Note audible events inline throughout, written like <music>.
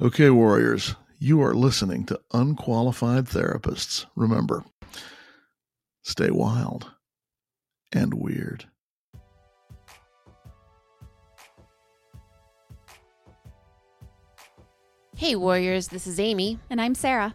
Okay, Warriors, you are listening to unqualified therapists. Remember, stay wild and weird. Hey, Warriors, this is Amy. And I'm Sarah.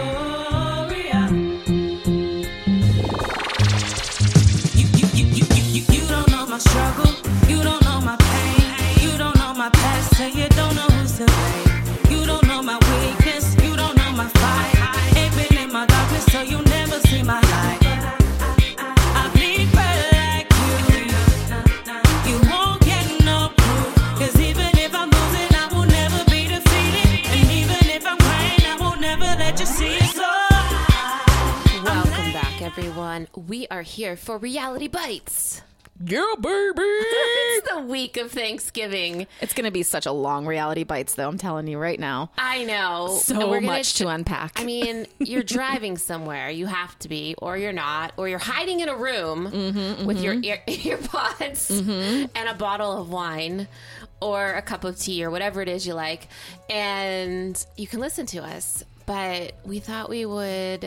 Warrior. You, you, you, you, you, you, you don't know my struggle. You don't know my pain. You don't know my past, and you don't know who's to blame. You don't know my weakness. You don't know my fight. I ain't been in my darkness, so you never see my light. I bleed red like you. You won't get no proof. 'Cause even if I'm losing, I will never be defeated. And even if I'm crying, I will never let you see it. So Welcome back, everyone. We are here for Reality Bites. Yeah, baby. It's the week of Thanksgiving. It's gonna be such a long reality bites, though. I'm telling you right now. I know. So And we're gonna much to unpack. I mean, you're driving somewhere. You have to be, or you're not, or you're hiding in a room with your ear- <laughs> earpods and a bottle of wine or a cup of tea or whatever it is you like. And you can listen to us. But we thought we would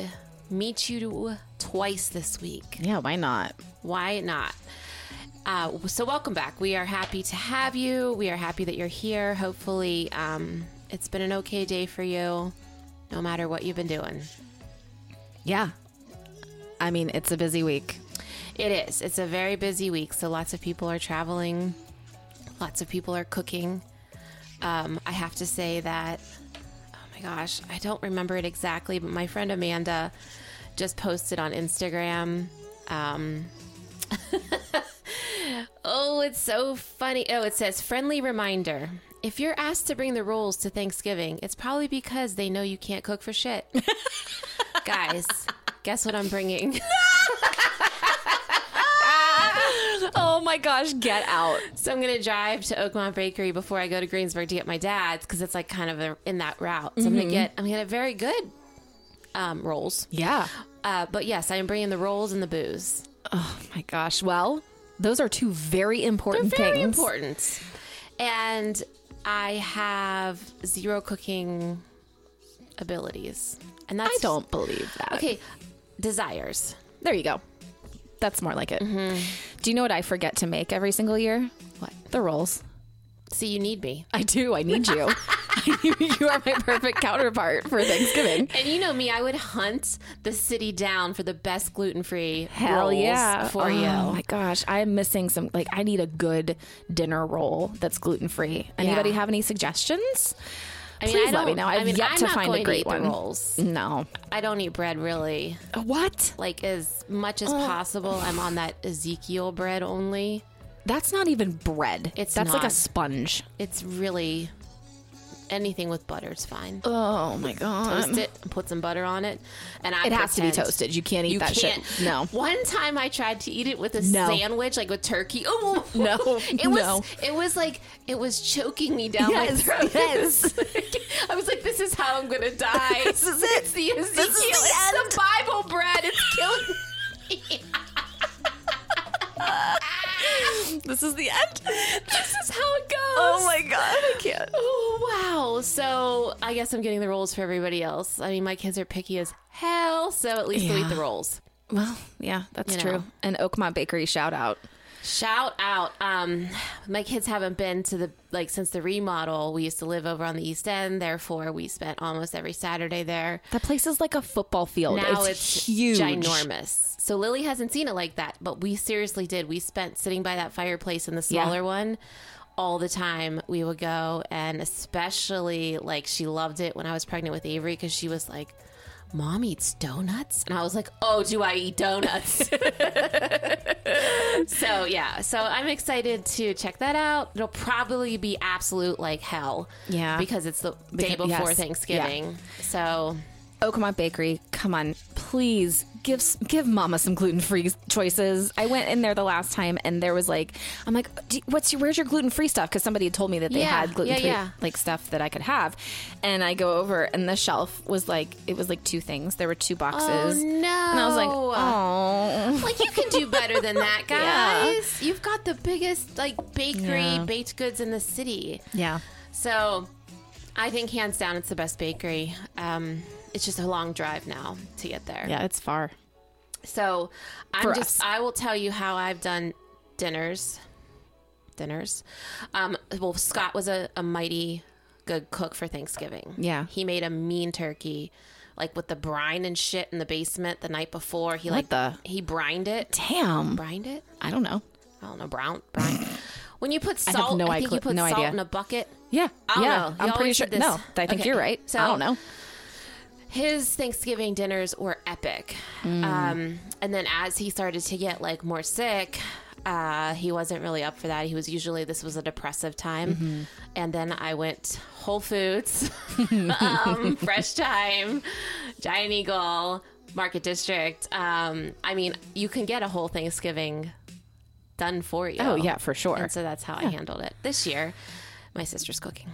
meet you twice this week. yeah, why not? Why not? Uh, so, welcome back. We are happy to have you. We are happy that you're here. Hopefully, um, it's been an okay day for you, no matter what you've been doing. Yeah. I mean, it's a busy week. It is. It's a very busy week. So, lots of people are traveling, lots of people are cooking. Um, I have to say that, oh my gosh, I don't remember it exactly, but my friend Amanda just posted on Instagram. Um, <laughs> Oh, it's so funny. Oh, it says friendly reminder. If you're asked to bring the rolls to Thanksgiving, it's probably because they know you can't cook for shit. <laughs> Guys, guess what I'm bringing? Oh my gosh, get out. So I'm gonna drive to Oakmont Bakery before I go to Greensburg to get my dad's because it's like kind of a, in that route. So I'm Mm-hmm. gonna get I'm gonna get very good um, rolls. Yeah. Uh, but yes, I am bringing the rolls and the booze. Oh my gosh. Well, those are two very They're important very things. important. And I have zero cooking abilities, and that's I don't believe that. okay. Desires. There you go. That's more like it. Do you know what I forget to make every single year? What? The rolls. See, you need me, I do. I need <laughs> you. you are my perfect counterpart for Thanksgiving. and you know me. I would hunt the city down for the best gluten free Hell rolls yeah. for oh you. my gosh. I'm missing some, like, I need a good dinner roll that's gluten free. Anybody Yeah. have any suggestions? I mean, Please I let me don't- know. I I've mean, yet I'm to not find going a to great eat the one. rolls. No. I don't eat bread really. What? Like as much as possible, I'm on that Ezekiel bread only. That's not even bread. It's That's like a not. sponge. It's really anything with butter's fine. Oh my god. Toast it, put some butter on it, and I It has to be pretend. toasted. You can't eat You that can't. shit. No. One time I tried to eat it with a No. sandwich, like with turkey. <laughs> Oh No. It was. No. It was like it was choking me down Yes, my throat. <laughs> yes. I was like, this is how I'm gonna die. <laughs> This is it. It's the Ezekiel. This is the it's end. the Bible bread. It's killing. me. This is the end. this is how it goes. Oh god, I can't. Oh wow! So I guess I'm getting the rolls for everybody else. I mean, my kids are picky as hell, so at least they'll eat Yeah. the rolls. Well, yeah, that's You true. know. An Oakmont Bakery shout out. Shout out! Um, my kids haven't been to the like since the remodel. We used to live over on the East End, therefore we spent almost every Saturday there. That place is like a football field. Now it's, it's, huge. ginormous. So Lily hasn't seen it like that, but we seriously did. We spent sitting by that fireplace in the Yeah. smaller one all the time. We would go, and especially like she loved it when I was pregnant with Avery because she was like, Mom eats donuts? And I was like, Oh, do I eat donuts? <laughs> so, yeah. So I'm excited to check that out. It'll probably be absolute like hell. Yeah. Because it's the day Because- before yes. Thanksgiving. So, Oakmont Bakery, come on, please give s- give Mama some gluten free choices. I went in there the last time, and there was like, I'm like, "Do- what's your where's your gluten free stuff? Because somebody had told me that they Yeah, had gluten free yeah, yeah. like stuff that I could have, and I go over, and the shelf was like, it was like two things. There were two boxes. no. And I was like, <laughs> oh, Like you can do better than that, <laughs> Yeah. guys. You've got the biggest like bakery Yeah. baked goods in the city. yeah, So, I think hands down, it's the best bakery. Um, it's just a long drive now to get there. yeah, it's far. So, I'm For just us. I will tell you how I've done dinners. Dinners. Um, well, Scott was a, a mighty good cook for Thanksgiving. Yeah. he made a mean turkey. Like with the brine and shit in the basement the night before, he like the- he brined it, Damn, brined it. I don't know. I don't know, brown, <sighs> brown. when you put salt, I, no think idea- you put no salt idea. in a bucket. Yeah, I don't yeah, know. You I'm pretty always sure. did this. No, I think Okay, you're right. so- I don't know. His Thanksgiving dinners were epic. Mm. Um, and then as he started to get like more sick, uh, he wasn't really up for that. He was usually this was a depressive time, Mm-hmm. and then I went Whole <laughs> Foods, um, Fresh Time, Giant Eagle, Market District. Um, I mean, you can get a whole Thanksgiving done for you. Oh yeah, for sure. And so that's how I handled it. This year, my sister's cooking.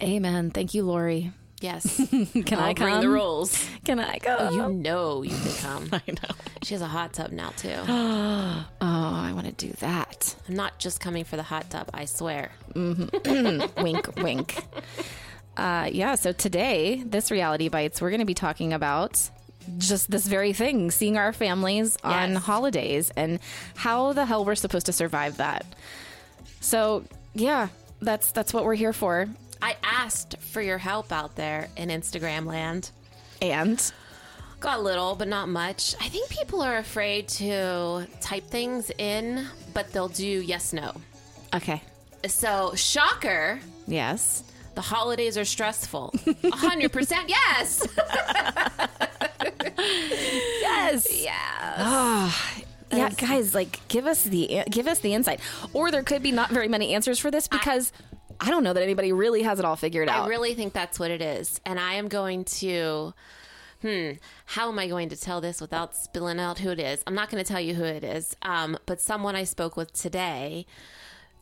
Amen. Thank you, Lori. Yes. Can I'll <laughs> I bring come? the rolls. Can I go? You know you can come. Oh. <laughs> I know. She has a hot tub now, too. <gasps> I'm Oh, I want to do that. not just coming for the hot tub, I swear. wink, <laughs> wink. Uh, yeah, so today, this Reality Bites, we're going to be talking about just this very thing seeing our families on Yes. holidays and how the hell we're supposed to survive that. So, yeah, that's that's what we're here for. I asked for your help out there in Instagram land. And Got little, but not much. I think people are afraid to type things in, but they'll do yes, no. okay. So, shocker, Yes. the holidays are <laughs> stressful. 100% yes. Yes. Yeah. yeah, guys, like give us the give us the insight. Or there could be not very many answers for this because I, don't know that anybody really has it all figured out. I really think that's what it is. And I am going to. Hmm. How am I going to tell this without spilling out who it is? I'm not going to tell you who it is. Um, but someone I spoke with today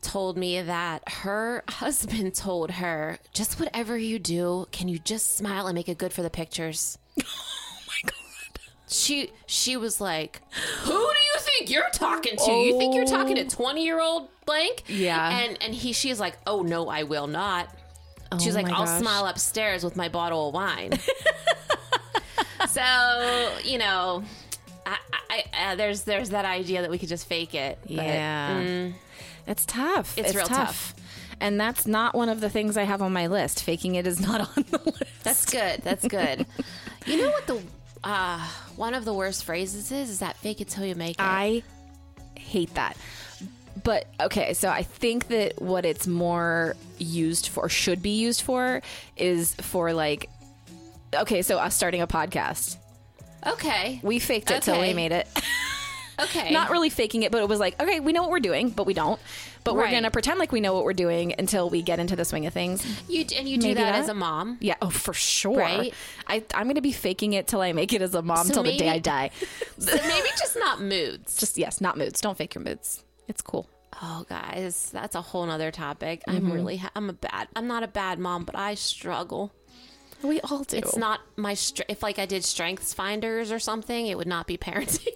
told me that her <laughs> husband told her, just whatever you do, can you just smile and make it good for the pictures? Oh my god. She she was like, "Who do you think you're talking to? You think you're talking to 20-year-old blank?" Oh. Yeah. And and he she's like, "Oh no, I will not." She's Oh like, my I'll gosh. smile upstairs with my bottle of <laughs> wine. so you know, I, I, I, uh, there's there's that idea that we could just fake it. but- mm. Yeah. It's tough. It's real And that's not one of the things I have on my list. Faking it is <laughs> not on the list. that's good. That's <laughs> good. you know what the uh, one of the worst phrases is is that fake it till you make it. I hate that. But okay, so I think that what it's more used for, should be used for, is for like, okay, so us starting a podcast. okay. We faked it till we Okay. made it. <laughs> okay. Not really faking it, but it was like, okay, we know what we're doing, but we don't. But we're Right. going to pretend like we know what we're doing until we get into the swing of things. you and you do Maybe that, that. as a mom. Yeah, oh, for sure. Right? I, I'm going to be faking it till I make it as a mom So till the day I maybe- die. <laughs> So maybe just not moods. <laughs> Just, yes, not moods. Don't fake your moods. It's cool. Oh, guys, that's a whole nother topic. I'm really, ha- I'm a bad, I'm not a bad mom, but I struggle. We all do. It's not my str- if like I did strengths finders or something, it would not be parenting.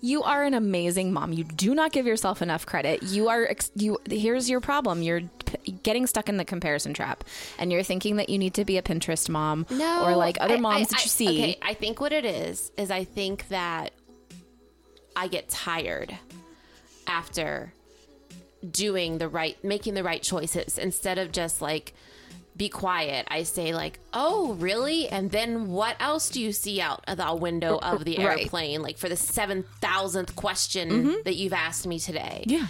you are an amazing mom. You do not give yourself enough credit. You are, ex- you, here's your problem. You're p- getting stuck in the comparison trap and you're thinking that you need to be a Pinterest mom or like other I- moms I- that I- you see. Okay, I think what it is is I think that I get tired after doing the right making the right choices instead of just like be quiet. I say like, "Oh, really?" And then what else do you see out of the window of the <laughs> Right. Mm-hmm. airplane like for the 7,000th question that you've asked me today? Yeah.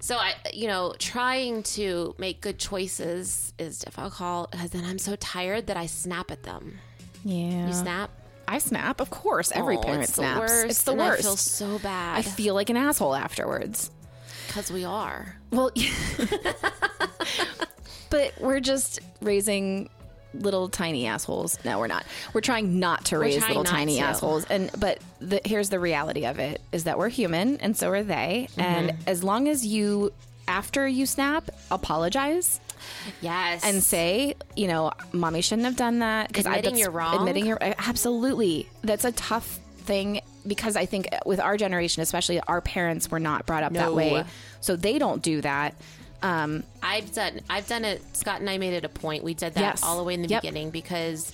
So I, you know, trying to make good choices is difficult because then I'm so tired that I snap at them. Yeah. You snap. I snap, of course. Every Oh, parent it's the snaps. worst, It's the and worst. I feel so I bad feel like an asshole afterwards. because we are. Well, <laughs> but we're just raising little tiny assholes. No, we're not. We're trying not to raise trying little not tiny to. assholes. And but the, here's the reality of it is that we're human, and so are they. And Mm-hmm. as long as you, after you snap, apologize Yes. and say, you know, mommy shouldn't have done that. Because Admitting you're wrong. Admitting you're absolutely. That's a tough thing because I think with our generation, especially our parents, were not brought up that No. way, so they don't do that. Um, I've done I've done it Scott and I made it a point. We did that Yes. all the way in the Yep. beginning because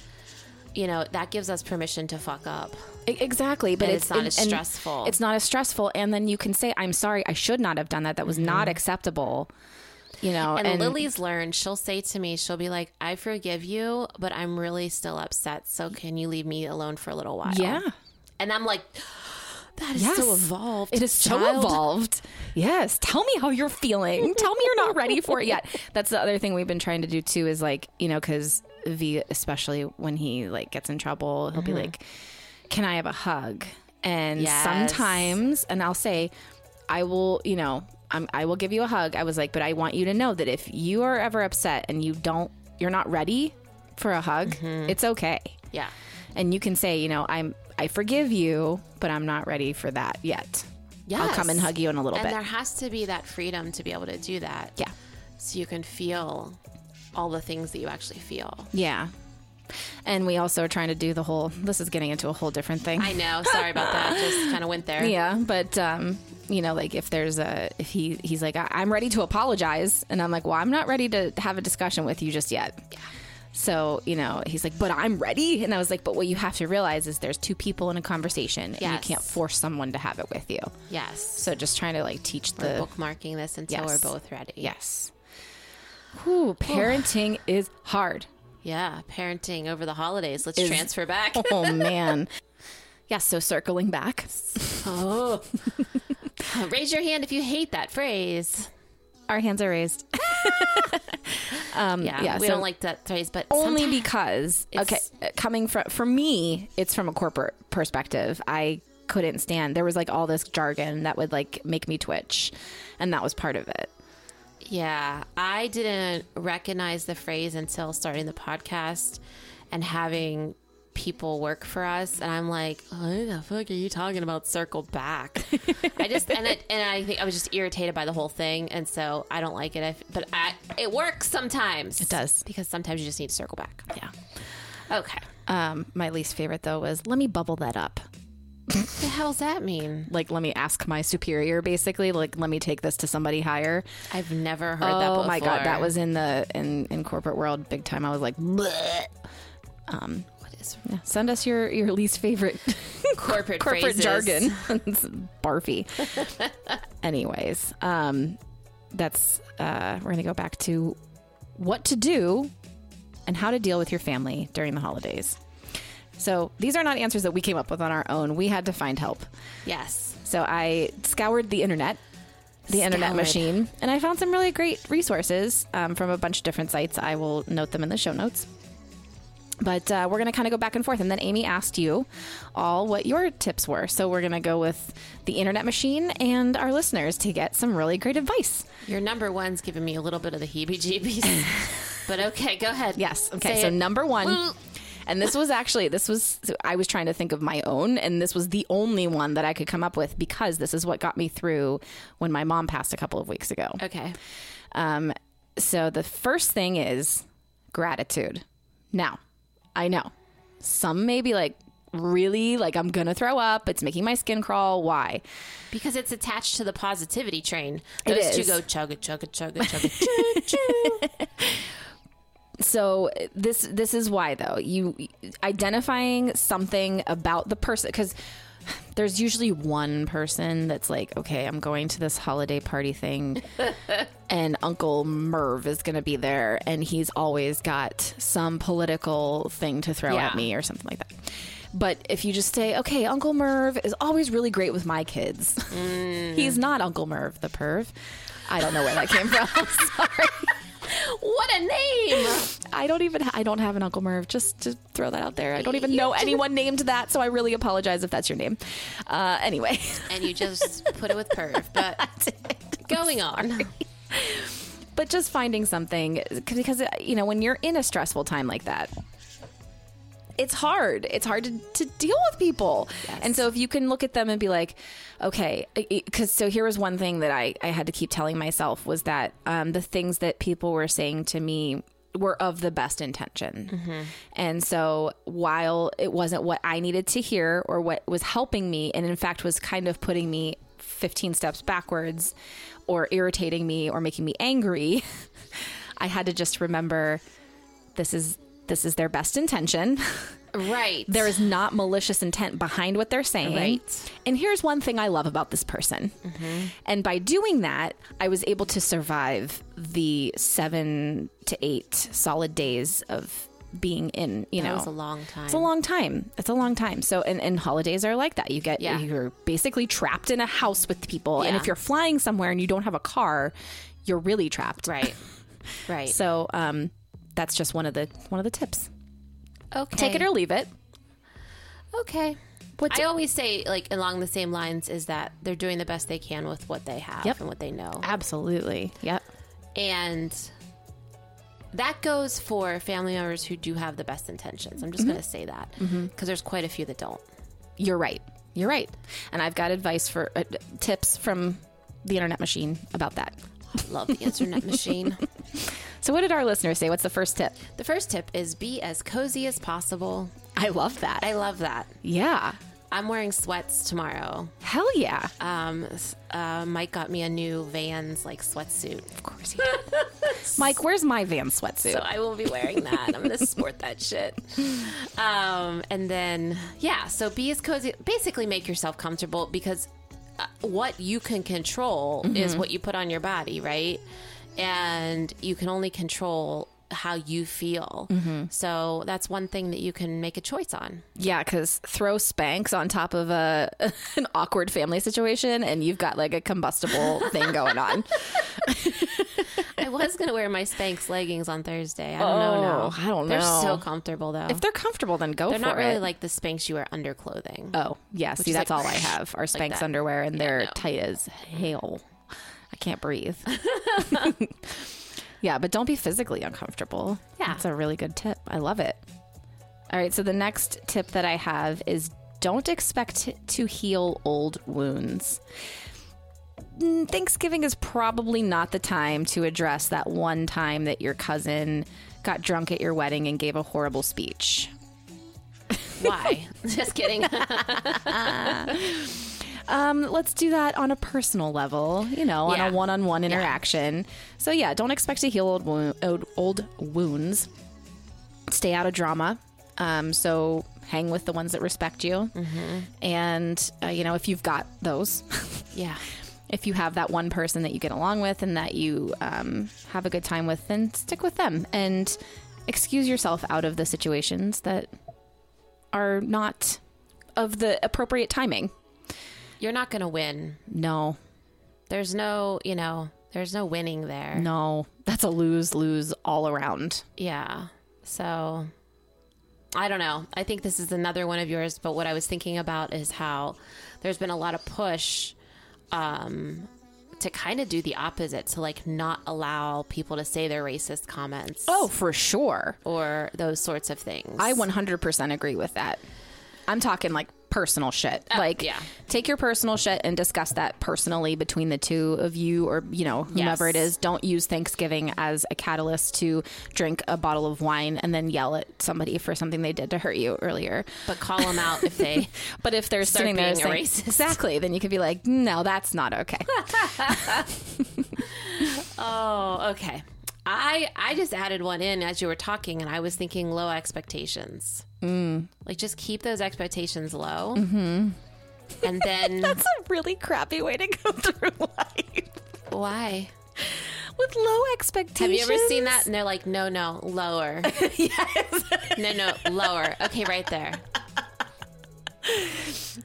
you know, that gives us permission to fuck up. E- Exactly, but And it's, it's not as stressful. It's not as stressful, and then you can say, "I'm sorry, I should not have done that. That was not acceptable." You know, Mm-hmm. And, Lily's learned, she'll say to me, she'll be like, I forgive you, but I'm really still upset. So can you leave me alone for a little while? yeah, And I'm like, that is so Yes. evolved. it is so child." evolved. Yes, tell me how you're feeling. tell me you're not ready for it yet. That's the other thing we've been trying to do too. Is like you know, because V, especially when he like gets in trouble, he'll be like, "Can I have a hug?" And Yes. sometimes, and I'll say, I will, you know, I'm, I will give you a hug. I was like, but I want you to know that if you are ever upset and you don't, you're not ready for a hug, it's okay. Yeah. And you can say, you know, I'm, I forgive you, but I'm not ready for that yet. I'll come and Yes. hug you in a little And bit. there has to be that freedom to be able to do that. yeah. So you can feel all the things that you actually feel. Yeah. And we also are trying to do the whole, this is getting into a whole different thing. I know. Sorry about <laughs> that. Just kind of went there. Yeah, but um, you know, like if there's a if he he's like I- I'm ready to apologize, and I'm like, well, I'm not ready to have a discussion with you just yet. So you know, he's like, but I'm ready, and I was like, but what you have to realize is there's two people in a conversation, and you Yes. can't force someone to have it with you. Yes. So just trying to like teach the bookmarking this until Yes. we're both ready. yes. Whew, parenting is hard. Yeah. Parenting over the holidays. Let's Is- transfer <laughs> back. <laughs> Oh man. Yeah, so circling back. oh. Raise your hand if you hate that phrase. Our hands are <laughs> raised. Um, yeah, yeah, we so- don't like that phrase, but only sometimes- because okay It's- uh, coming from for me it's from a corporate perspective i couldn't stand there was like all this jargon that would like make me twitch and that was part of it yeah, I didn't recognize the phrase until starting the podcast and having people work for us, and I'm like, what the fuck are you talking about? Circle back. <laughs> I just and I, and I think I was just irritated by the whole thing, and so I don't like it. If, but I, it works sometimes. It does. because sometimes you just need to circle back. yeah Okay, um my least favorite though was let me bubble that up what the hell's that mean? like let me ask my superior basically like let me take this to somebody higher I've never heard that. oh Before. my god that was in the in in corporate world big time i was like Bleh. Um, what is send us your your least favorite <laughs> corporate corporate phrases. jargon. <laughs> It's barfy. Anyways, um, that's uh, we're gonna go back to what to do and how to deal with your family during the holidays. So these are not answers that we came up with on our own. We had to find help. Yes. So I scoured the internet, the internet Scoured. machine, and I found some really great resources um, from a bunch of different sites. I will note them in the show notes. But uh, we're going to kind of go back and forth. And then Amy asked you all what your tips were. So we're going to go with the internet machine and our listeners to get some really great advice. Your number one's giving me a little bit of the heebie jeebies. <laughs> but okay, go ahead. Yes. Okay. Say so it. number one, Well- and this was actually this was so I was trying to think of my own, and this was the only one that I could come up with because this is what got me through when my mom passed a couple of weeks ago. Okay. Um, so the first thing is gratitude. Now, I know some may be like, really, like I'm gonna throw up. It's making my skin crawl. Why? Because it's attached to the positivity train. It Those two is. go chugga chugga chugga chugga. <laughs> chugga. so this this is why though you identifying something about the person because there's usually one person that's like okay i'm going to this holiday party thing and uncle merv is going to be there and he's always got some political thing to throw Yeah. at me or something like that but if you just say okay uncle merv is always really great with my kids <laughs> he's not uncle merv the perv i don't know where that came from <laughs> sorry What a name! I don't even. I don't have an Uncle Merv. Just to throw that out there, I don't even know anyone named that, so I really apologize if that's your name. Uh, anyway, <laughs> and you just put it with perv. But going <laughs> on, but just finding something 'cause- because uh, you know when you're in a stressful time like that, it's hard. It's hard to, to deal with people, and so if you can look at them and be like, okay, because so here was one thing that I I had to keep telling myself was that um, the things that people were saying to me were of the best intention. And so while it wasn't what I needed to hear or what was helping me, and in fact was kind of putting me 15 steps backwards or irritating me or making me angry, <laughs> I had to just remember this is this is their best intention. <laughs> right? There is not malicious intent behind what they're saying. Right. Mm-hmm. And here's one thing I love about this person. And by doing that, I was able to survive the seven to eight solid days of being in, you that know. was a long time. It's a long time. It's a long time. So, and, and holidays are like that. You get, Yeah. you're basically trapped in a house with people. And Yeah. if you're flying somewhere and you don't have a car, you're really trapped. <laughs> right? Right. So, um, that's just one of the, one of the tips. okay. Take it or leave it. okay. What's- I always say, like along the same lines, is that they're doing the best they can with what they have Yep. and what they know, Absolutely. Yep. and that goes for family members who do have the best intentions. I'm Mm-hmm. just going to say that because there's quite a few that don't. You're right. You're right. And I've got advice for uh, tips from the internet machine about that. Love the <laughs> internet machine. So, what did our listeners say? What's the first tip? The first tip is be as cozy as possible. I love that. I love that. yeah. I'm wearing sweats tomorrow. Hell yeah. Um, s- uh, Mike got me a new Vans like sweatsuit, Of course he did. Mike, where's my van sweatsuit? so I will be wearing that. I'm gonna sport that shit. Um, and then yeah, so be as cozy. Basically, make yourself comfortable because uh, what you can control is what you put on your body, right? And you can only control how you feel. So that's one thing that you can make a choice on. yeah, because throw spanks on top of a <laughs> an awkward family situation, and you've got like a combustible thing going on. <laughs> I was gonna wear my Spanx leggings on Thursday. I don't know now. Oh, I don't They're know. so comfortable though. If they're comfortable, then go They're for not it. really like the Spanx you wear under clothing. Oh, yeah. See, is <laughs> that's like- all I have are Spanx that. underwear, and they're no. tight as hell. I <laughs> can't breathe. <laughs> yeah, but don't be physically uncomfortable. Yeah. That's a really good tip. I love it. All right. So, the next tip that I have is don't expect to heal old wounds. Mm, Thanksgiving is probably not the time to address that one time that your cousin got drunk at your wedding and gave a horrible speech. <laughs> Why? <laughs> Just <laughs> kidding. Um, let's do that on a personal level, you know, Yeah. on a one-on-one interaction. So yeah, don't expect to heal old, wo- old, old wounds. Stay out of drama. Um, so hang with the ones that respect you, Mm-hmm. and uh, you know if you've got those, <laughs> yeah. if you have that one person that you get along with and that you um, have a good time with, then stick with them and excuse yourself out of the situations that are not of the appropriate timing. You're not gonna win. No, There's no, you know, there's no winning there. No, that's a lose lose all around. Yeah. So I don't know. I think this is another one of yours, but what I was thinking about is how there's been a lot of push um to kind of do the opposite, to like not allow people to say their racist comments. Oh, for sure. or those sorts of things. I 100% agree with that. I'm talking like personal shit. like, yeah. take your personal shit and discuss that personally between the two of you or, you know, whomever it Yes. is. Don't use Thanksgiving as a catalyst to drink a bottle of wine and then yell at somebody for something they did to hurt you earlier. but call them out if they But if they're Start sitting there being a saying, racist. exactly, then you could be like, no, that's not okay. <laughs> Oh, okay. I I just added one in as you were talking, and I was thinking low expectations. Like just keep those expectations low, Mm. mm-hmm. and <laughs> then <laughs> that's a really crappy way to go <laughs> through life why? with low Have expectations. you ever seen that? And they're like, no, no, lower. <laughs> yes. No, no, lower. Okay, right there.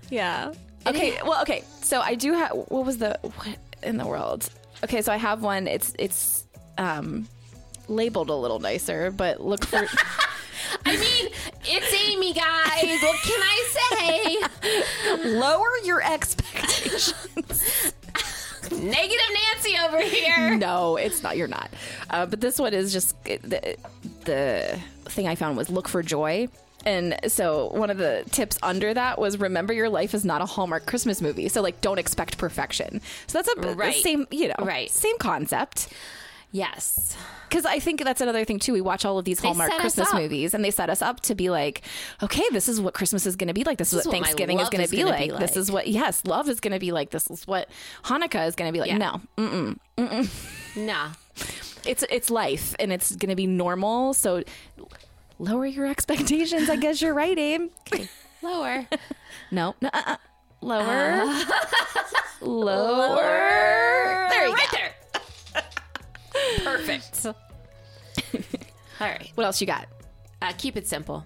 Yeah. Okay. Well, okay. So I do have. What was the what in the world? Okay. So I have one. It's it's um, labeled a little nicer, but look <laughs> for I mean, it's Amy, guys. What can <laughs> I lower your expectations. say? Negative Nancy over here. <laughs> no, it's not. You're not. Uh, but this one is just the, the thing I found was look for joy. And so one of the tips under that was remember your life is not a Hallmark Christmas movie. So like don't expect perfection. So that's a Right. the same, you know, Right. same concept. Yes. Because I think that's another thing too. We watch all of these Hallmark set us Christmas up. movies, and they set us up to be like, okay, this is what Christmas is going to be like. This, is what is what my Thanksgiving is love going is to be gonna like. be This is what yes, love is going to be like. This is what Hanukkah is going to be like. Yeah. No, Nah. it's it's life, and it's going to be normal. So lower your expectations. I guess you're right, Abe. Lower. No, no, uh-uh. <laughs> lower, lower. There you go. right there. <laughs> Perfect. <laughs> All right. What else you got? Uh, keep it simple.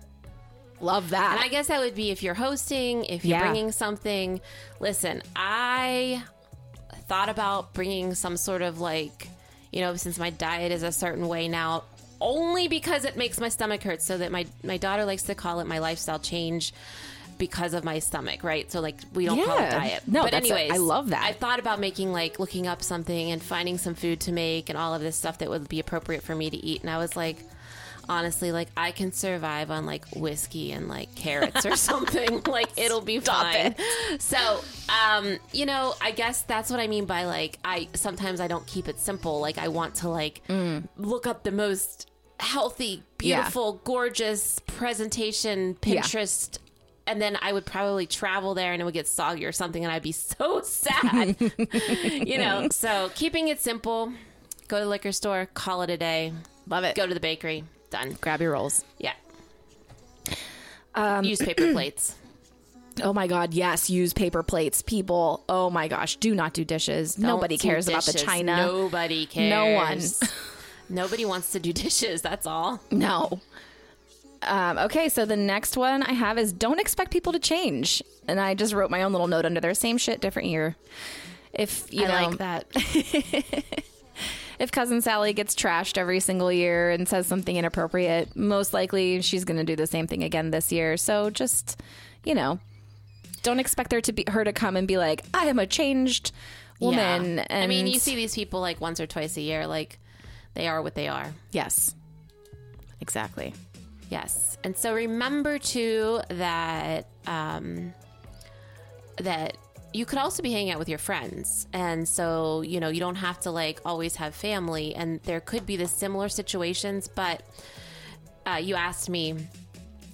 Love that. And I guess that would be if you're hosting, if you're Yeah. bringing something. Listen, I thought about bringing some sort of like, you know, since my diet is a certain way now, only because it makes my stomach hurt. So that my my daughter likes to call it my lifestyle change because of my stomach, right? So like we don't call it Yeah. diet. No, but that's a- anyways, I love that. I thought about making like looking up something and finding some food to make and all of this stuff that would be appropriate for me to eat. And I was like, honestly, like I can survive on like whiskey and like carrots or <laughs> something. like it'll be fine. So, um, you know, I guess that's what I mean by like I sometimes I don't keep it simple. Like I want to like look up the most healthy, Yeah. beautiful, gorgeous presentation Pinterest and then I would probably travel there and it would get soggy or something and I'd be <laughs> so <laughs> sad. you know, so keeping it simple, go to the liquor store, call it a day, Love it. go to the bakery, done. grab your rolls. Yeah. Um, Use paper <clears throat> plates. Oh my God, yes, use paper plates, people. Oh my gosh, do not do dishes. Nobody Don't do cares about the dishes. china. Nobody cares. <laughs> No one. Nobody wants to do dishes. That's all. No. Um, okay, so the next one I have is don't expect people to change. And I just wrote my own little note under there same shit, different year. If you know, that. if cousin Sally gets trashed every single year and says something inappropriate, most likely she's going to do the same thing again this year. So just, you know, don't expect there to be her to come and be like, "I am a changed woman." Yeah. And I mean, you see these people like once or twice a year. Like they are what they are. Yes. Exactly. Yes. And so remember too that um, that you could also be hanging out with your friends. And so, you know, you don't have to like always have family and there could be the similar situations, but uh, you asked me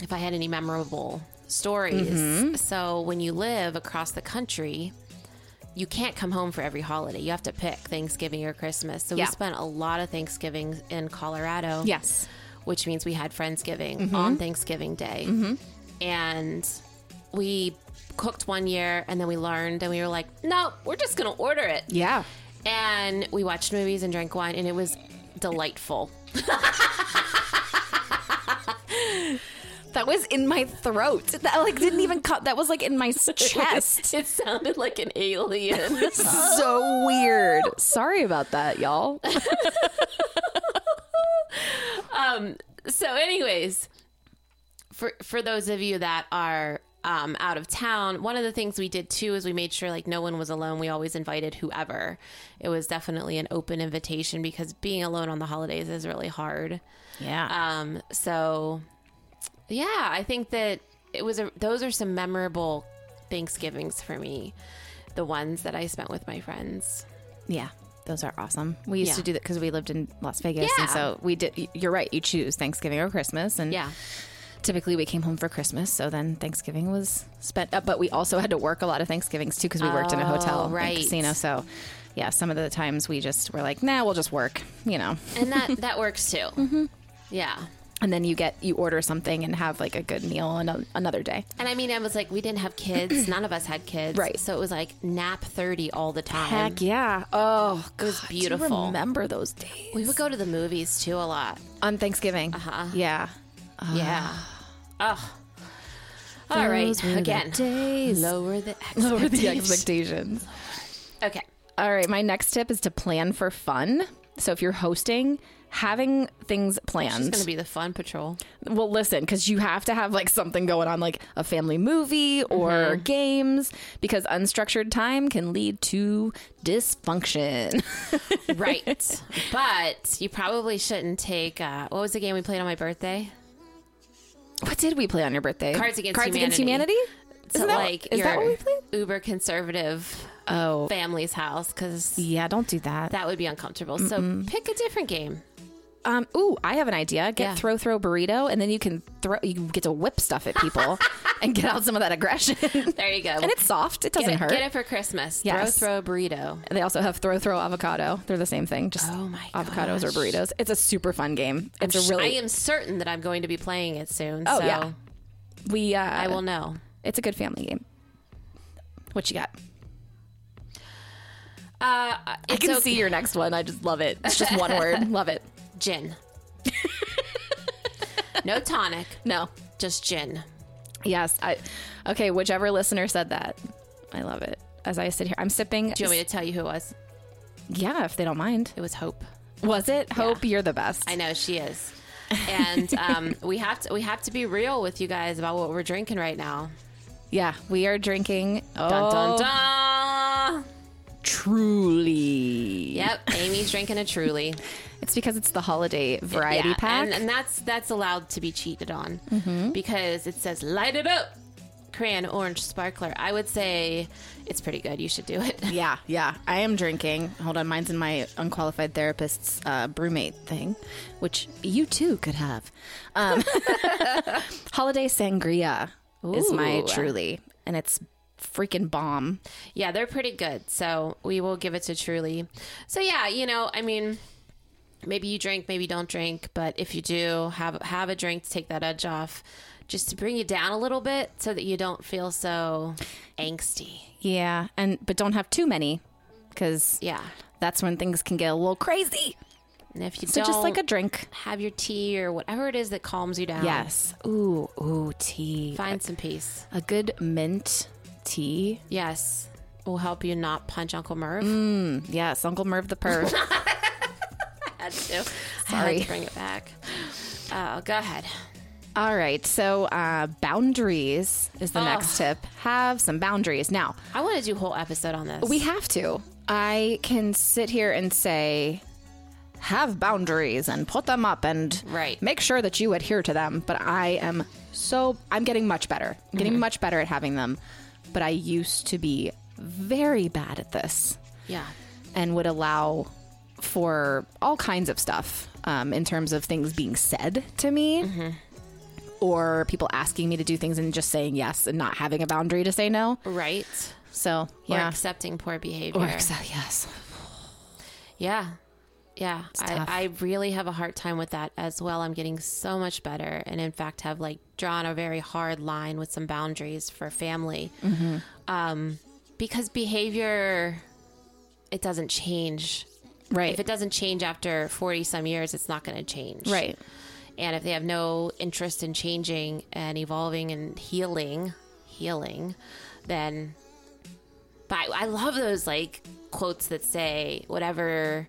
if I had any memorable stories. So when you live across the country, you can't come home for every holiday. You have to pick Thanksgiving or Christmas. So Yeah. we spent a lot of Thanksgivings in Colorado Yes. which means we had Friendsgiving on Thanksgiving Day. And we cooked one year and then we learned and we were like, no, we're just going to order it. Yeah. And we watched movies and drank wine and it was delightful. <laughs> That was in my throat. That like didn't even cut. That was like in <laughs> my chest. It sounded like an alien. <laughs> so weird. Sorry about that, y'all. so anyways for for those of you that are um, out of town one of the things we did too is we made sure like no one was alone we always invited whoever it was definitely an open invitation because being alone on the holidays is really hard <laughs> Yeah. um so yeah i think that it was a, those are some memorable thanksgivings for me the ones that i spent with my friends Yeah. Those are awesome. We used Yeah. to do that because we lived in Las Vegas, Yeah. and so we did. You're right. You choose Thanksgiving or Christmas, and yeah typically we came home for Christmas. So then Thanksgiving was spent, uh, but we also had to work a lot of Thanksgivings too because we worked in a hotel, and Oh, right. casino. So yeah, some of the times we just were like, nah, we'll just work. You know. and that <laughs> that works too Mm-hmm. yeah and then you get you order something and have like a good meal ano- another day. And I mean, I was like, we didn't have <clears throat> kids. None of us had kids. Right. So it was like nap 30 all the time. yeah! Oh, It was beautiful. remember those days we would go to the movies too a lot. on Thanksgiving? Uh-huh. Yeah. yeah. Oh. All right. Those were the Again, days. lower the <laughs> Lower the expectations. expectations. okay. All right, my next tip is to plan for fun. So if you're hosting, having things It's planned. going to be the fun patrol. well, listen, because you have to have like something going on, like a family movie or games, because unstructured time can lead to dysfunction. <laughs> Right. but you probably shouldn't take, uh, what was the game we played on my birthday? what did we play on your birthday? Cards Against Cards Against Humanity. Humanity. To, Isn't that- like is your that what we played? uber conservative uh, Oh, family's house because yeah. Don't do that. that would be uncomfortable. So pick a different game. Um, ooh, I have an idea. Get Yeah. throw throw burrito, and then you can throw. You can get to whip stuff <laughs> at people and get out some of that aggression. and There you go. it's soft; it doesn't get, it, hurt. get it for Christmas. Yes. Throw, throw a burrito. They also have throw throw avocado. They're the same thing. Just Oh my avocados or gosh. burritos. It's a super fun game. It's a really I am certain that I'm going to be playing it soon. Oh, so yeah. we. Uh, I will know. It's a good family game. What you got? Uh, I it's can okay. see your next one. I just love it. <laughs> It's just one word. Love it. <laughs> gin. no tonic, No. just gin. Yes. I. Okay. Whichever listener said that, I love it. As I sit here, I'm sipping. Do you want me to tell you who it was? yeah, if they don't mind. It was Hope. Was it? Hope you're the best. I know she is. <laughs> And um, we have to we have to be real with you guys about what we're drinking right now. Yeah, we are drinking. Oh, Dun dun dun. truly. Yep, Amy's drinking a truly It's because it's the holiday variety Yeah, pack. Mm-hmm. and, and that's that's allowed to be cheated on because it says light it up, crayon orange sparkler. I would say it's pretty good. You should do it. yeah, yeah. I am drinking. Hold on, mine's in my unqualified therapist's uh, brewmate thing, which you too could have. Um, <laughs> holiday sangria is my Ooh. truly, and it's freaking bomb. Yeah, they're pretty good. So we will give it to Truly. So yeah, you know, I mean, maybe you drink, maybe you don't drink, but if you do, have have a drink to take that edge off, just to bring you down a little bit, so that you don't feel so angsty. Yeah, and but don't have too many because Yeah, that's when things can get a little crazy. and if you So don't, just like a drink. have your tea or whatever it is that calms you down. Yes. Ooh, ooh, tea. find some peace. A good mint tea. Yes, will help you not punch Uncle Merv. Mm. Yes, Uncle Merv the <laughs> Perv. Had <laughs> to. I had Sorry. to bring it back. Oh, go ahead. All right, so uh, boundaries is the next tip. Have some boundaries. Now, I want to do a whole episode on this. we have to. I can sit here and say, have boundaries and put them up and Right. make sure that you adhere to them. But I am so, I'm getting much better. I'm getting much better at having them. But I used to be very bad at this. yeah. and would allow for all kinds of stuff um, in terms of things being said to me or people asking me to do things and just saying yes and not having a boundary to say no. Right. So, or yeah. accepting poor behavior. Or accept- yes. yeah. Yeah. tough. I, I really have a hard time with that as well. I'm getting so much better and in fact have like drawn a very hard line with some boundaries for family. Um, Mm-hmm. because behavior it doesn't change. Right. If it doesn't change after 40 some years, it's not going to change. right. And if they have no interest in changing and evolving and healing, healing, then. But I, I love those like quotes that say whatever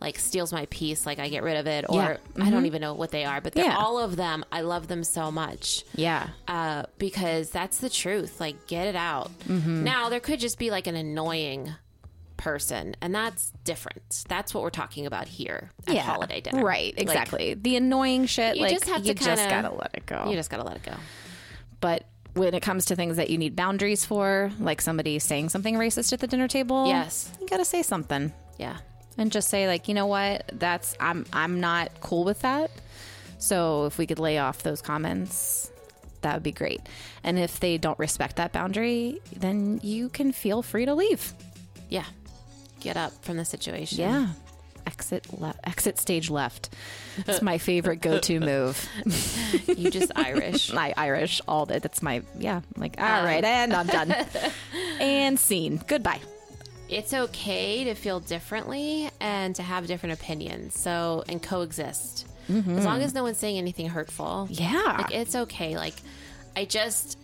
like steals my peace, like I get rid of it, or Yeah. Mm-hmm. I don't even know what they are, but they're Yeah. all of them. I love them so much Yeah. uh, because that's the truth. Like, get it out. Mm-hmm. Now, there could just be like an annoying person, and that's different. That's what we're talking about here at yeah. holiday dinner. Right. Like, Exactly. the annoying shit. you like, just have you to just kinda- gotta let it go. you just got to let it go. but when it comes to things that you need boundaries for, like somebody saying something racist at the dinner table, Yes. you gotta say something. Yeah. and just say like you know what that's i'm i'm not cool with that so if we could lay off those comments that would be great and if they don't respect that boundary then you can feel free to leave Yeah. Get up from the situation. yeah exit left exit stage left it's my favorite go-to <laughs> move You <laughs> just Irish. my irish all that that's my yeah like Um, all right and i'm <laughs> done and scene goodbye It's okay to feel differently and to have different opinions. So, and coexist. Mm-hmm. As long as no one's saying anything hurtful. yeah Like, it's okay. Like, I just,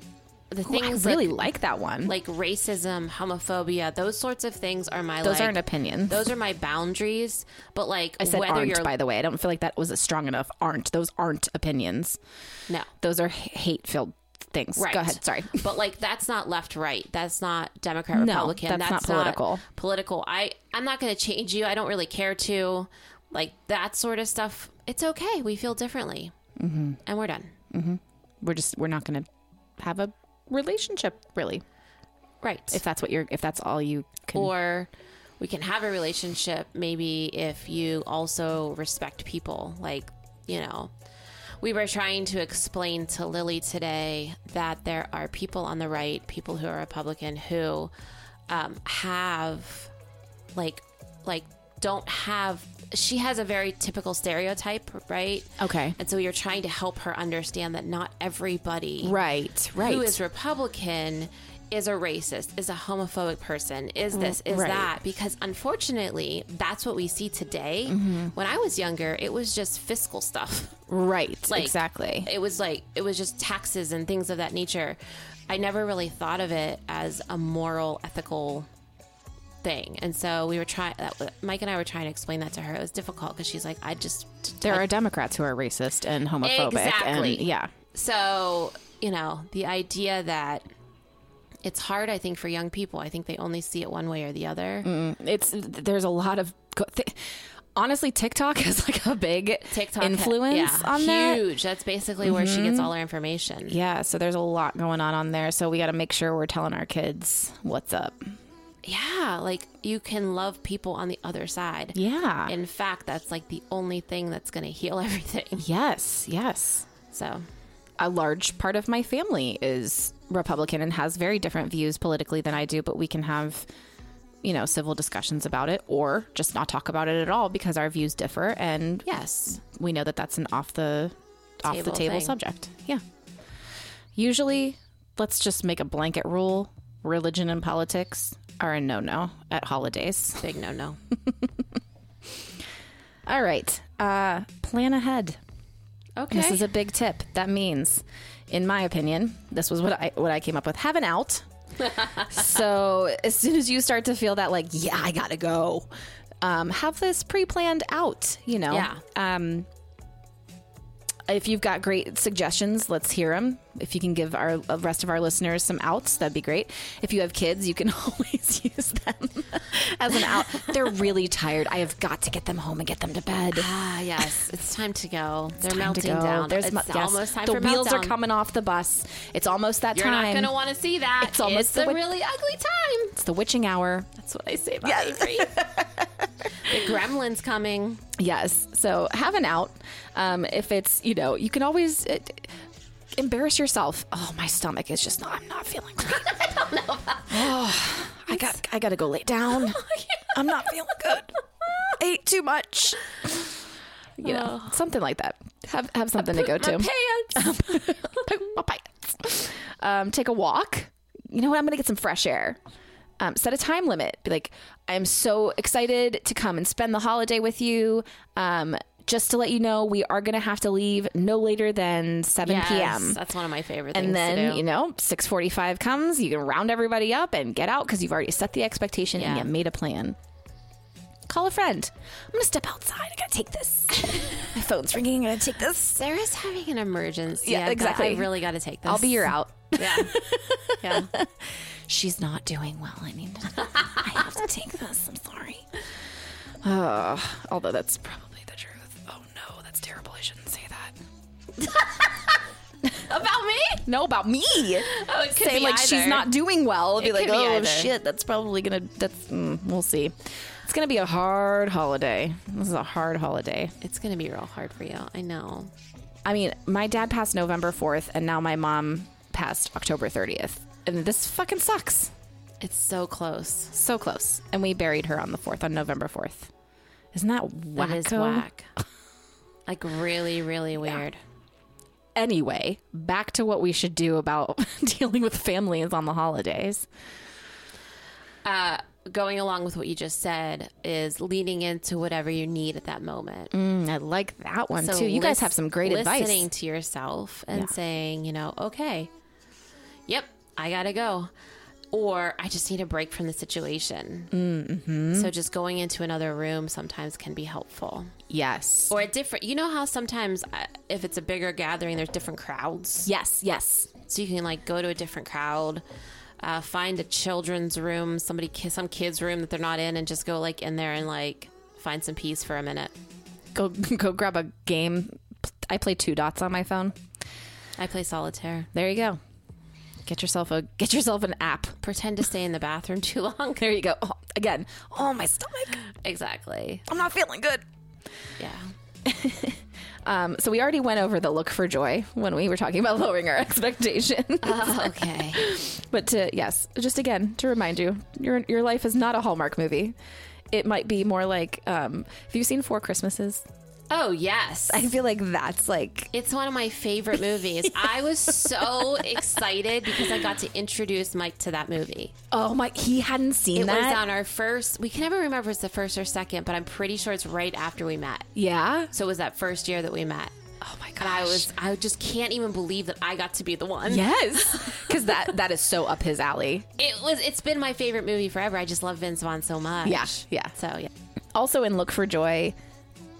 the Ooh, I things really like, like that one. like racism, homophobia, those sorts of things are my those like, aren't opinions. those are my boundaries. But like I said whether aren't, you're by the way. I don't feel like that was a strong enough aren't. Those aren't opinions. no Those are hate filled things. right, Go ahead. Sorry. <laughs> <laughs> but like that's not left right. That's not Democrat No, Republican. that's not political. political. I I'm not going to change you. I don't really care to. Like that sort of stuff. It's okay. We feel differently, mm-hmm. and we're done. We're just we're not going to have a relationship really. Right. If that's what you're if that's all you can or we can have a relationship maybe if you also respect people like you know we were trying to explain to lily today that there are people on the right people who are republican who um, have like like don't have she has a very typical stereotype right Okay. and so you're trying to help her understand that not everybody Right, right. who is Republican is a racist, is a homophobic person, is this, is Mm, right. that. Because unfortunately, that's what we see today. Mm-hmm. When I was younger, it was just fiscal stuff. <laughs> right. Like, eh, exactly. It was like, it was just taxes and things of that nature. I never really thought of it as a moral, ethical thing. And so we were trying, Mike and I were trying to explain that to her. It was difficult because she's like, I just, There are Democrats who are racist and homophobic. Exactly. And, yeah. So, you know, the idea that it's hard, I think, for young people. I think they only see it one way or the other. Mm. it's there's a lot of go- th- honestly TikTok <laughs> is like a big TikTok influence yeah, on huge. that. Mm-hmm. That's basically where she gets all her information. Yeah, so there's a lot going on on there. So we got to make sure we're telling our kids what's up. Yeah, like you can love people on the other side. Yeah. In fact, that's like the only thing that's going to heal <laughs> everything. yes, yes. So, A large part of my family is Republican and has very different views politically than I do, but we can have you know civil discussions about it or just not talk about it at all because our views differ and yes. we know that that's an off the off the Table table thing. subject. Yeah. Usually, let's just make a blanket rule: religion and politics are a no no at holidays. Big no no. All right, uh, plan ahead. Okay. This is a big tip. That means, in my opinion, this was what I what I came up with. Have <laughs> an out. so as soon as you start to feel that, like, yeah, I gotta go, um, have this pre-planned out. You know, Yeah. Um, if you've got great suggestions, let's hear them. If you can give our uh, rest of our listeners some outs, that'd be great. If you have kids, you can <laughs> always use them <laughs> as an out. They're really tired. I have got to get them home and get them to bed. ah, yes. <laughs> It's time to go. They're Time to melting go. down. There's it's mu- yes. almost time the for wheels meltdown. are coming off the bus. It's almost that You're time. not going to want to see that. It's almost the a wi- <laughs> really ugly time. it's the witching hour. That's what I say about Avery. the gremlin's coming. Yes. So have an out. Um, if it's you know you can always. uh Embarrass yourself. Oh, my stomach is just not. I'm not feeling <laughs> great. I don't know. Oh, <sighs> I got. I got to go lay <laughs> down. Oh, I'm not feeling good. I ate <sighs> too much. You know, Oh. something like that. Have have something to go to. Pants. poop my pants. Um, take a walk. You know what? I'm going to get some fresh air. Um, set a time limit. Be like, I'm so excited to come and spend the holiday with you. Um, just to let you know, we are going to have to leave no later than 7 p.m. That's one of my favorite things And to then do. you know, 6:45 comes. You can round everybody up and get out because you've already set the expectation Yeah. and you made a plan. Call a friend. I'm gonna step outside. I gotta take this. <laughs> my phone's ringing. I gotta take this. Sarah's having an emergency. Yeah, I've got- exactly. I really got to take this. I'll be your out. <laughs> <laughs> Yeah. yeah. she's not doing well. I need to, I have to take this. I'm sorry. Uh, although that's probably the truth. Oh no, that's terrible. I shouldn't say that. <laughs> About me? No, about me. Oh, it could Saying be like she's either. not doing well. I'll be It like, could be oh either." shit, that's probably gonna. That's mm, we'll see. It's gonna be a hard holiday. This is a hard holiday. It's going to be real hard for you. I know. I mean, my dad passed November fourth, and now my mom passed October thirtieth, and this fucking sucks. It's so close. So close. And we buried her on the 4th, on November 4th. Isn't that wacko? That is whack. <laughs> Like really, really weird. Anyway, back to what we should do about <laughs> dealing with families on the holidays. Uh, going along with what you just said is leaning into whatever you need at that moment. Mm, I like that one too. You guys lis- have some great listening advice. to yourself and Yeah. saying, you know, okay, yep, I gotta go. Or I just need a break from the situation. Mm-hmm. So just going into another room sometimes can be helpful. Yes. Or a different, you know how sometimes uh, if it's a bigger gathering, there's different crowds? yes, yes. So you can like go to a different crowd, uh, find a children's room, somebody, ki- some kid's room that they're not in, and just go like in there and like find some peace for a minute. Go <laughs> go grab a game. I play two dots on my phone. I play solitaire. There you go. Get yourself a get yourself an app. Pretend to stay in the bathroom <laughs> too long. There you go. Oh, again. Oh my stomach. exactly. I'm not feeling good. Yeah. Um, so we already went over the look for joy when we were talking about <laughs> lowering our expectations. Uh-huh. okay. But to yes, just again to remind you, your your life is not a Hallmark movie. It might be more like um, have you seen Four Christmases? <laughs> Oh, yes. I feel like that's like It's one of my favorite movies. <laughs> I was so excited because I got to introduce Mike to that movie. oh my he hadn't seen It that. was on our first, we can never remember if it's the first or second, but I'm pretty sure it's right after we met. yeah. So it was that first year that we met. Oh my gosh. And I was, I just can't even believe that I got to be the one. yes because that that is so up his <laughs> alley. It was, it's been my favorite movie forever. I just love Vince Vaughn so much. Yeah, yeah. So, yeah. also in Look for Joy,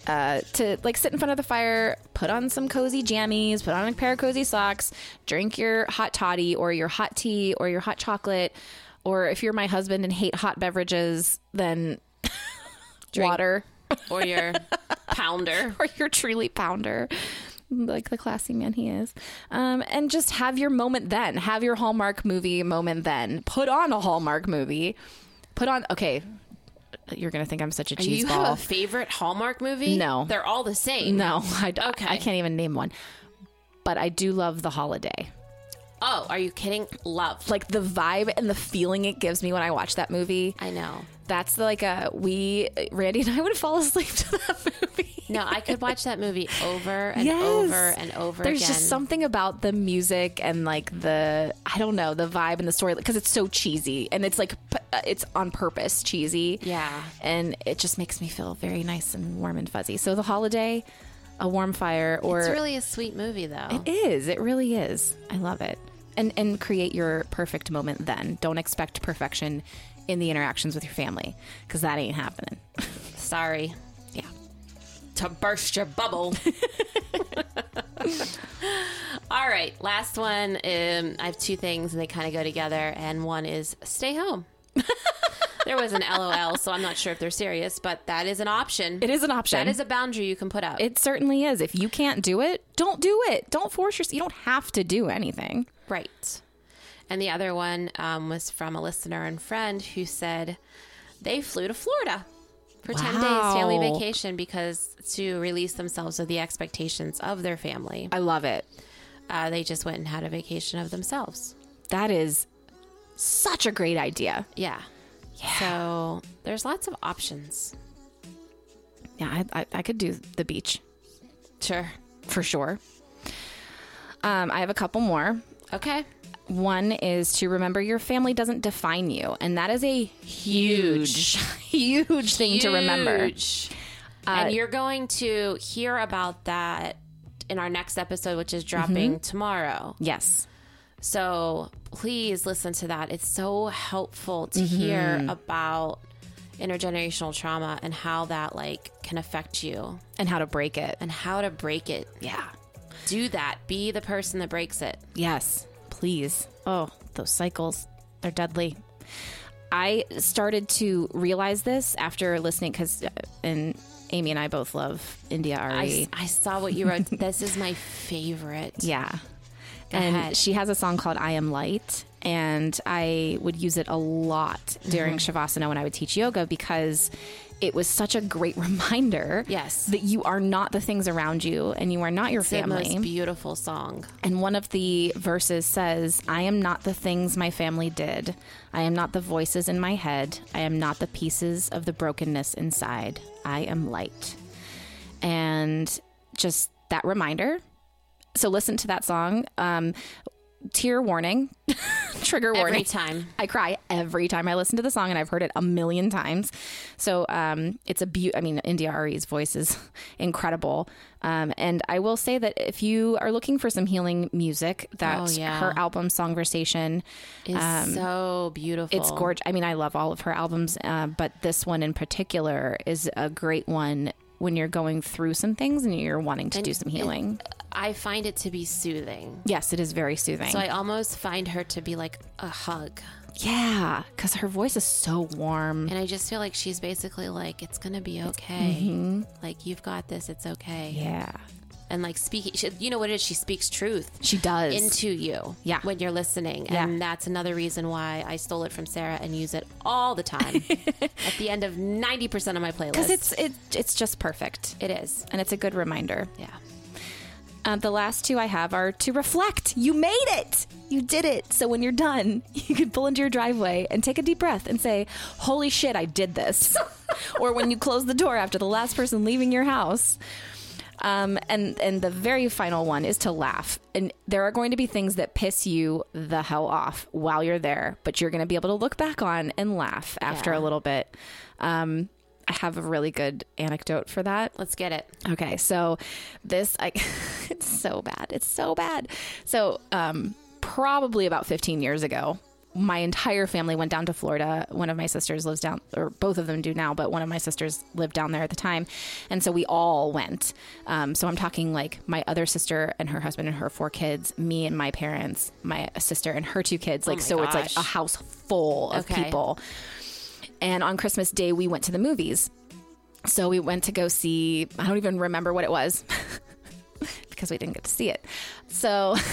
uh, to like sit in front of the fire, put on some cozy jammies, put on a pair of cozy socks, drink your hot toddy or your hot tea or your hot chocolate, or if you're my husband and hate hot beverages, then <laughs> water Or <laughs> your pounder. or your truly pounder. Like the classy man he is. Um, and just have your moment then. Have your Hallmark movie moment then. Put on a Hallmark movie. Put on, okay, you're going to think I'm such a Do cheese you ball. have a favorite Hallmark movie? No. They're all the same. <laughs> No, I don't. Okay. I can't even name one. But I do love the holiday. Oh, are you kidding? Love. Like the vibe and the feeling it gives me when I watch that movie. I know. That's like a we Randy and I would fall asleep <laughs> to that movie. No, I could watch that movie <laughs> over and Yes. over and over There's again. just something about the music and like the I don't know the vibe and the story because it's so cheesy and it's like p- uh, it's on purpose cheesy. Yeah. and it just makes me feel very nice and warm and fuzzy. So the holiday, a warm fire, or It's really a sweet movie, though. It is. It really is. I love it. And and create your perfect moment then. Don't expect perfection in the interactions with your family cuz that ain't happening. <laughs> Sorry Yeah. to burst your <laughs> bubble. <laughs> All right, last one. Um, I have two things, and they kind of go together. And one is stay <laughs> home. there was an LOL, so I'm not sure if they're serious, but that is an option. It is an option. That is a boundary you can put up. it certainly is. If you can't do it, don't do it. Don't force yourself. You don't have to do anything. Right. And the other one um, was from a listener and friend who said they flew to Florida for 10 days family Wow. vacation because to release themselves of the expectations of their family, I love it. uh, they just went and had a vacation of themselves. That is such a great idea. Yeah. So there's lots of options. Yeah, I, I, I could do the beach Sure. for sure. Um, I have a couple more. Okay. One is to remember your family doesn't define you, and that is a huge, <laughs> huge, thing to remember. Huge. and you're going to hear about that in our next episode, which is dropping tomorrow. Yes, So please listen to that. It's so helpful to Mm-hmm. hear about intergenerational trauma and how that like can affect you and how to break it. and how to break it. Yeah. Do that. Be the person that breaks it. Yes, please. Oh, those cycles, they're deadly. I started to realize this after listening because, and Amy and I both love India Ari. I, I saw what you wrote. <laughs> this is my favorite. Yeah. And ahead. she has a song called I Am Light. And I would use it a lot Mm-hmm. during Shavasana when I would teach yoga because it was such a great <laughs> reminder Yes. that you are not the things around you and you are not your The family. most beautiful song. And one of the verses says, I am not the things my family did. I am not the voices in my head. I am not the pieces of the brokenness inside. I am light. And just that reminder. So listen to that song. Um, tear warning. <laughs> trigger Every warning. time. I cry every time I listen to the song, and I've heard it a million times. So um, it's a beaut. I mean, India Ari's voice is <laughs> incredible. Um, and I will say that if you are looking for some healing music, that Oh, yeah. her album Songversation It's so beautiful. Um, it's gorgeous. I mean, I love all of her albums, uh, but this one in particular is a great one when you're going through some things and you're wanting to do some healing. I find it to be soothing. yes, it is very soothing. So I almost find her to be like a hug. yeah, because her voice is so warm. And I just feel like she's basically like, it's going to be okay. Like, you've got this. It's okay. mm-hmm. Yeah, And like, speaking, she, you know what it is? She speaks truth she does. into you Yeah. when you're listening. Yeah. And that's another reason why I stole it from Sarah and use it all the <laughs> time at the end of 90% of my playlist. because it's it, it's just perfect, it is. and it's a good reminder. Yeah. Um, the last two I have are to reflect. You made it. You did it. So when you're done, <laughs> you can pull into your driveway and take a deep breath and say, "Holy shit, I did this." or when you close the door after the last person leaving your house. Um, and and the very final one is to laugh. And there are going to be things that piss you the hell off while you're there, but you're going to be able to look back on and laugh after Yeah. a little bit. Um, I have a really good anecdote for that. Let's get it. Okay, so this I <laughs> it's so bad. It's so bad. So, um probably about 15 years ago, my entire family went down to Florida. One of my sisters lives down or both of them do now, but one of my sisters lived down there at the time. And so we all went. Um, so I'm talking like my other sister and her husband and her four kids, me and my parents, my sister and her two kids. Like Oh my so it's like gosh. a house full of Okay. people. And on Christmas Day we went to the movies. So we went to go see, I don't even remember what it was <laughs> because we didn't get to see it. So <laughs>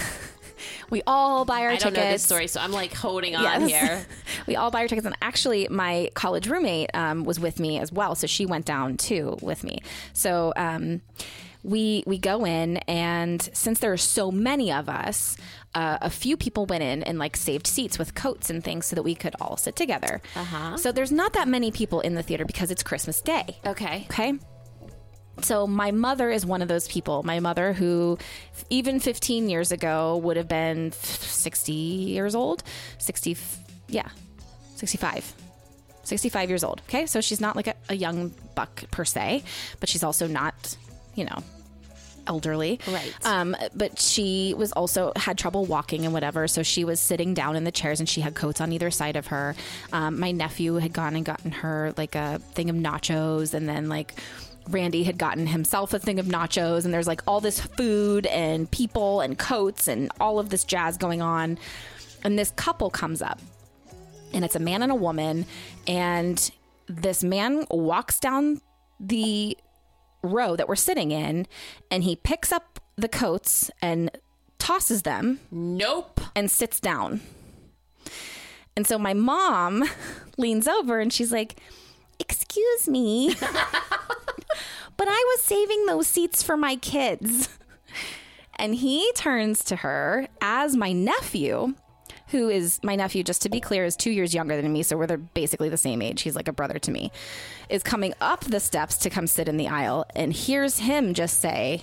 we all buy I our don't tickets. know this story, so I'm like holding on Yes. <laughs> here. we all buy our tickets. And actually, my college roommate um, was with me as well. So she went down too with me. So um, we, we go in, and since there are so many of us, uh, a few people went in and like saved seats with coats and things so that we could all sit together. Uh-huh. So there's not that many people in the theater because it's Christmas Day. Okay. Okay. So my mother is one of those people. My mother, who f- even 15 years ago would have been f- 60 years old, 60, f- yeah, 65. 65 years old. Okay. So she's not like a, a young buck per se, but she's also not, you know, elderly. Right. Um, but she was also had trouble walking and whatever. So she was sitting down in the chairs and she had coats on either side of her. Um, my nephew had gone and gotten her like a thing of nachos and then like. Randy had gotten himself a thing of nachos, and there's like all this food and people and coats and all of this jazz going on. And this couple comes up and it's a man and a woman and this man walks down the row that we're sitting in and he picks up the coats and tosses them Nope. and sits down and so my mom <laughs> leans over and she's like excuse me but i was saving those seats for my kids <laughs> and he turns to her as my nephew, who is my nephew, just to be clear, is two years younger than me. So we're they're basically the same age. He's like a brother to me, is coming up the steps to come sit in the aisle and hears him just say,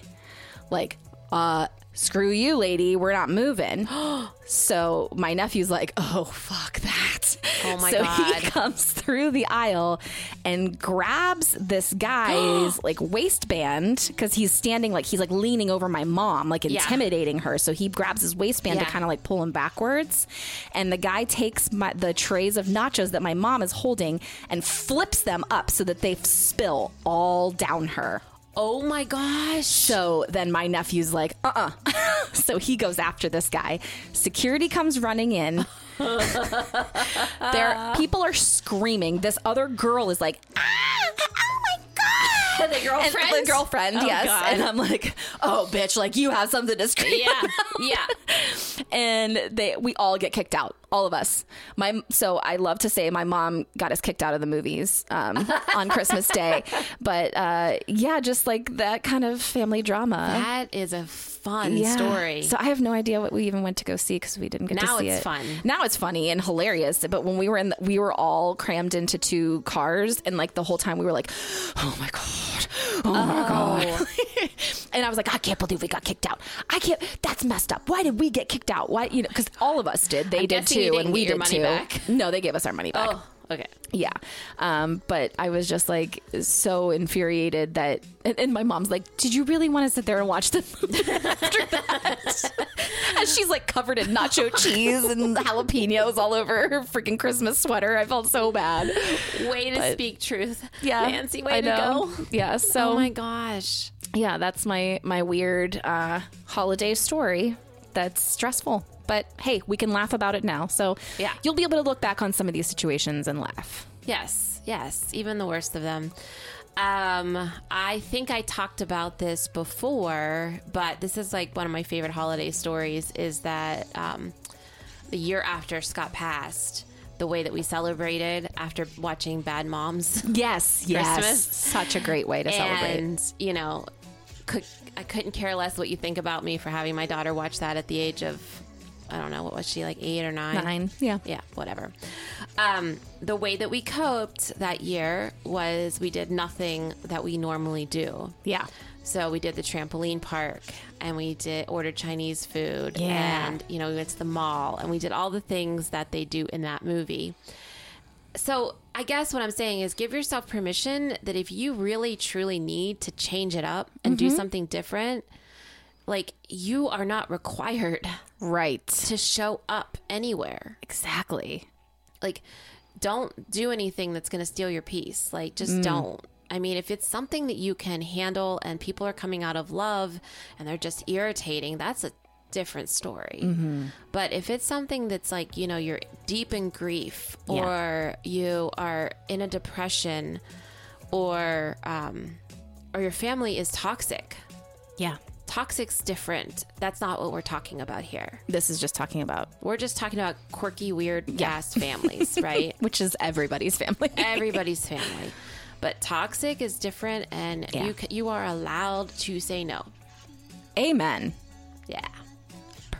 like, uh, screw you, lady, we're not moving. <gasps> so my nephew's like, oh, fuck that. Oh my so God. he comes through the aisle and grabs this guy's like waistband because he's standing like he's like leaning over my mom, like intimidating her. So he grabs his waistband Yeah. to kind of like pull him backwards, and the guy takes my, the trays of nachos that my mom is holding and flips them up so that they spill all down her. Oh my <laughs> gosh. So then my nephew's like, uh uh <laughs> so he goes after this guy. Security comes running in. there, people are screaming. This other girl is like, ah, oh my <laughs> god! The And girlfriend? the girlfriend, Oh, yes. God. And I'm like, oh bitch, like you have something to scream. Yeah. about." Yeah. <laughs> and they we all get kicked out all of us my so i love to say my mom got us kicked out of the movies um, on <laughs> christmas day but uh, yeah just like that kind of family drama That is a fun Yeah. story. So I have no idea what we even went to go see because we didn't get Now to see it's it. fun. Now it's funny and hilarious. But when we were in, the, we were all crammed into two cars, and like the whole time we were like, "Oh my god, oh my god. <laughs> and I was like, I can't believe we got kicked out. I can't. That's messed up. Why did we get kicked out? Why you know? Because all of us did. They did guessing you too, didn't and we get your did money too. back. No, they gave us our money back. Oh, okay. Yeah. Um, but I was just like so infuriated that, and, and my mom's like, Did you really want to sit there and watch the movie <laughs> after that? <laughs> and she's like covered in nacho cheese and jalapenos all over her freaking Christmas sweater. I felt so bad. Way to speak truth. Yeah. Nancy, way I to know. go. Yeah. So, Oh my gosh. yeah, that's my, my weird uh, holiday story that's stressful. But hey, we can laugh about it now. So, Yeah. you'll be able to look back on some of these situations and laugh. Yes, yes, even the worst of them. Um, I think I talked about this before, but this is like one of my favorite holiday stories is that um, the year after Scott passed, the way that we celebrated after watching Bad Moms. <laughs> Yes. Christmas. Such a great way to celebrate. And, you know, could, I couldn't care less what you think about me for having my daughter watch that at the age of, I don't know, what was she, like eight or nine? Nine. Yeah. Yeah, whatever. Um, the way that we coped that year was we did nothing that we normally do. Yeah. So we did the trampoline park and we did ordered Chinese food Yeah. and you know we went to the mall and we did all the things that they do in that movie. So I guess what I'm saying is give yourself permission that if you really truly need to change it up and do something different, like you are not required <laughs> Right. to show up anywhere. Exactly. like don't do anything that's going to steal your peace like just don't i mean if it's something that you can handle and people are coming out of love and they're just irritating that's a different story but if it's something that's like you know you're deep in grief Yeah. or you are in a depression or um or your family is toxic Yeah. toxic's different that's not what we're talking about here This is just talking about, we're just talking about quirky weird ass families right which is everybody's family. <laughs> everybody's family. But toxic is different, and Yeah. you c- you are allowed to say no. Amen. Yeah,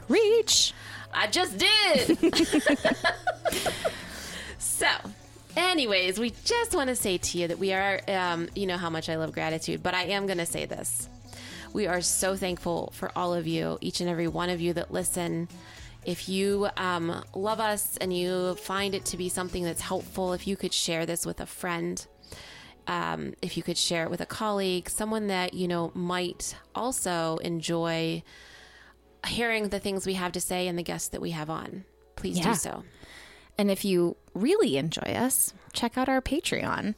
Reach. I just did. so, anyways, we just want to say to you that we are, um, you know, how much I love gratitude, but I am going to say this: we are so thankful for all of you, each and every one of you that listen. If you um, love us and you find it to be something that's helpful, if you could share this with a friend. um, if you could share it with a colleague, someone that you know might also enjoy hearing the things we have to say and the guests that we have on. Please Yeah. do so. And if you really enjoy us, check out our Patreon.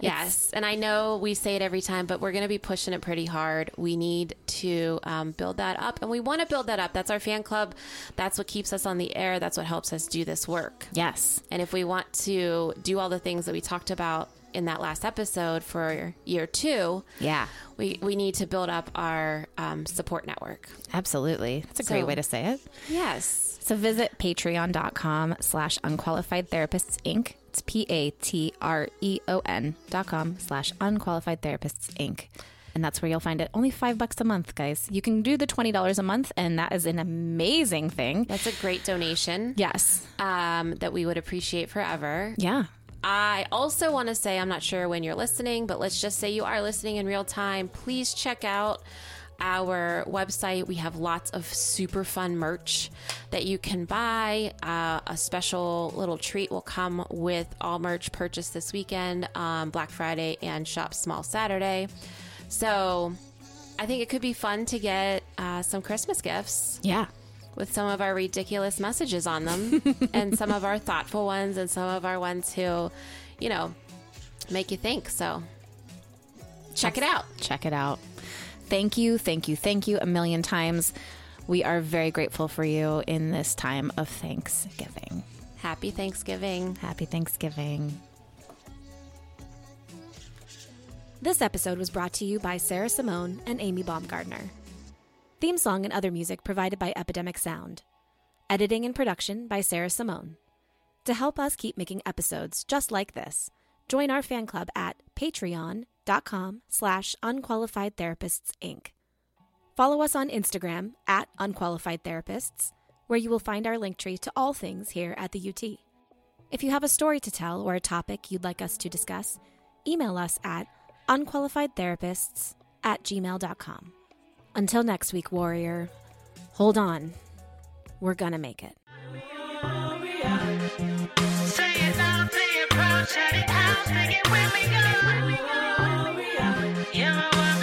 Yes, and I know we say it every time, but we're going to be pushing it pretty hard. We need to um, build that up, and we want to build that up. That's our fan club. That's what keeps us on the air. That's what helps us do this work. Yes. And if we want to do all the things that we talked about in that last episode for year two, Yeah. we, we need to build up our um, support network. Absolutely. That's a So- great way to say it. Yes. So visit patreon.com slash unqualified therapists inc. It's P A T R E O N dot com slash unqualified therapists inc. And that's where you'll find it. Only five bucks a month, guys. You can do the twenty dollars a month, and that is an amazing thing. That's a great donation Yes. um, that we would appreciate forever. Yeah. I also want to say, I'm not sure when you're listening, but let's just say you are listening in real time. Please check out our website. We have lots of super fun merch that you can buy. Uh, a special little treat will come with all merch purchased this weekend, um, Black Friday, and Shop Small Saturday. So I think it could be fun to get uh, some Christmas gifts Yeah. with some of our ridiculous messages on them and some of our thoughtful ones and some of our ones who, you know, make you think. So check it out. Check it out. Thank you, thank you, thank you a million times. We are very grateful for you in this time of Thanksgiving. Happy Thanksgiving. Happy Thanksgiving. This episode was brought to you by Sarah Simone and Amy Baumgardner. Theme song and other music provided by Epidemic Sound. Editing and production by Sarah Simone. To help us keep making episodes just like this, join our fan club at patreon.com slash unqualified therapists inc. Follow us on Instagram at unqualified therapists, where you will find our link tree to all things here at the UT. If you have a story to tell or a topic you'd like us to discuss, email us at unqualifiedtherapists at gmail.com. Until next week, warrior, hold on. We're gonna make it. Say it loud, play it proud, shout it out, sing it when we go. Yeah, my one